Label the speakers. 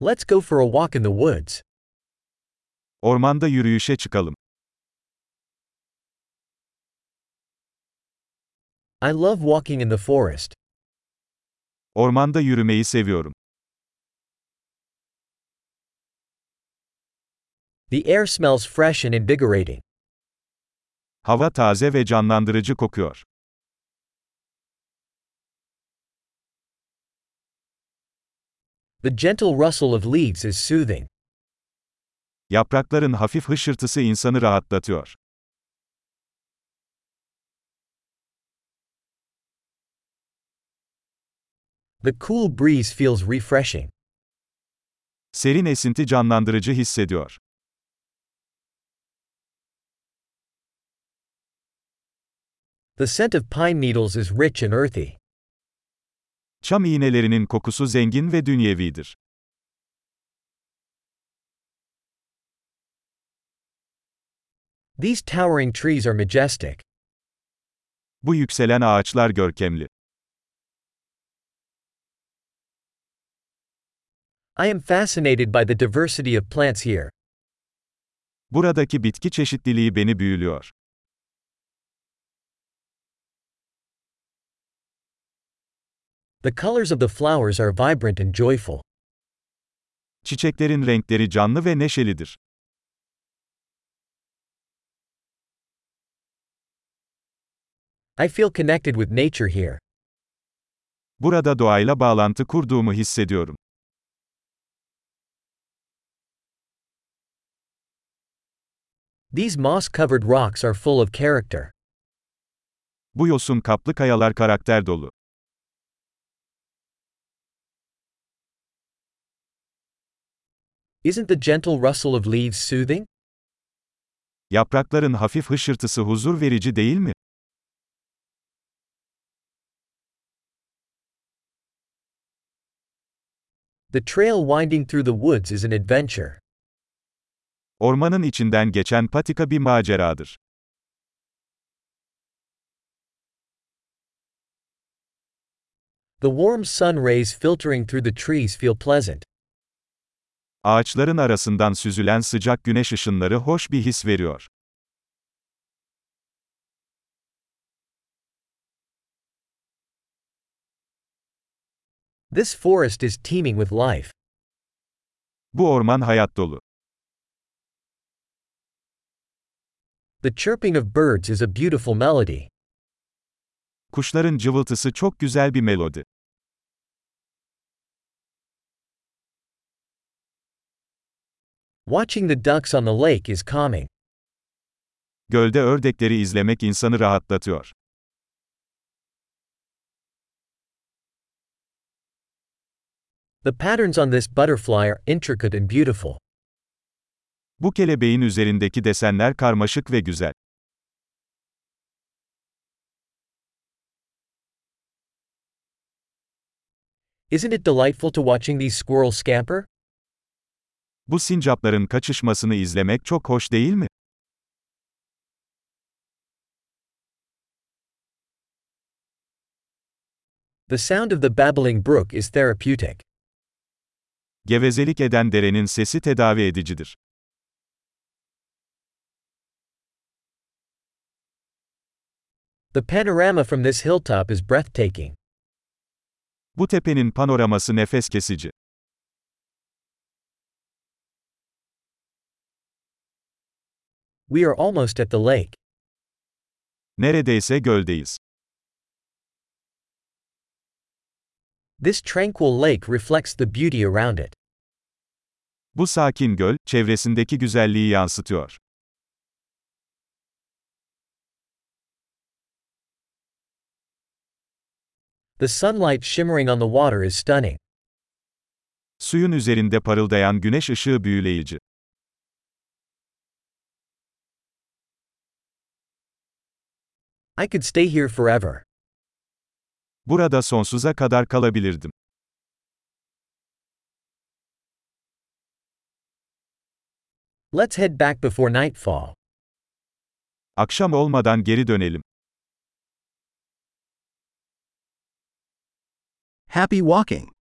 Speaker 1: Let's go for a walk in the woods.
Speaker 2: Ormanda yürüyüşe çıkalım.
Speaker 1: I love walking in the forest.
Speaker 2: Ormanda yürümeyi seviyorum.
Speaker 1: The air smells fresh and invigorating.
Speaker 2: Hava taze ve canlandırıcı kokuyor.
Speaker 1: The gentle rustle of leaves is soothing.
Speaker 2: Yaprakların hafif hışırtısı insanı rahatlatıyor.
Speaker 1: The cool breeze feels refreshing.
Speaker 2: Serin esinti canlandırıcı hissediyor.
Speaker 1: The scent of pine needles is rich and earthy.
Speaker 2: Çam iğnelerinin kokusu zengin ve dünyevidir.
Speaker 1: These towering trees are majestic.
Speaker 2: Bu yükselen ağaçlar görkemli.
Speaker 1: I am fascinated by the diversity of plants here.
Speaker 2: Buradaki bitki çeşitliliği beni büyülüyor.
Speaker 1: The colors of the flowers are vibrant and joyful.
Speaker 2: Çiçeklerin renkleri canlı ve neşelidir.
Speaker 1: I feel connected with nature here.
Speaker 2: Burada doğayla bağlantı kurduğumu hissediyorum.
Speaker 1: These moss-covered rocks are full of character.
Speaker 2: Bu yosun kaplı kayalar karakter dolu.
Speaker 1: Isn't the gentle rustle of leaves soothing?
Speaker 2: Yaprakların hafif hışırtısı huzur verici değil mi?
Speaker 1: The trail winding through the woods is an adventure.
Speaker 2: Ormanın içinden geçen patika bir maceradır.
Speaker 1: The warm sun rays filtering through the trees feel pleasant.
Speaker 2: Ağaçların arasından süzülen sıcak güneş ışınları hoş bir his veriyor.
Speaker 1: This forest is teeming with life.
Speaker 2: Bu orman hayat dolu.
Speaker 1: The chirping of birds is a beautiful melody.
Speaker 2: Kuşların cıvıltısı çok güzel bir melodi.
Speaker 1: Watching the ducks on the lake is calming.
Speaker 2: Gölde ördekleri izlemek insanı rahatlatıyor.
Speaker 1: The patterns on this butterfly are intricate and beautiful.
Speaker 2: Bu kelebeğin üzerindeki desenler karmaşık ve güzel.
Speaker 1: Isn't it delightful to watching these squirrels scamper?
Speaker 2: Bu sincapların kaçışmasını izlemek çok hoş değil mi?
Speaker 1: The sound of the babbling brook is therapeutic.
Speaker 2: Gevezelik eden derenin sesi tedavi edicidir.
Speaker 1: The panorama from this hilltop is breathtaking.
Speaker 2: Bu tepenin panoraması nefes kesici.
Speaker 1: We are almost at the lake.
Speaker 2: Neredeyse göldeyiz.
Speaker 1: This tranquil lake reflects the beauty around it.
Speaker 2: Bu sakin göl, çevresindeki güzelliği yansıtıyor.
Speaker 1: The sunlight shimmering on the water is stunning.
Speaker 2: Suyun üzerinde parıldayan güneş ışığı büyüleyici.
Speaker 1: I could stay here forever.
Speaker 2: Burada sonsuza kadar kalabilirdim.
Speaker 1: Let's head back before nightfall.
Speaker 2: Akşam olmadan geri dönelim.
Speaker 3: Happy walking!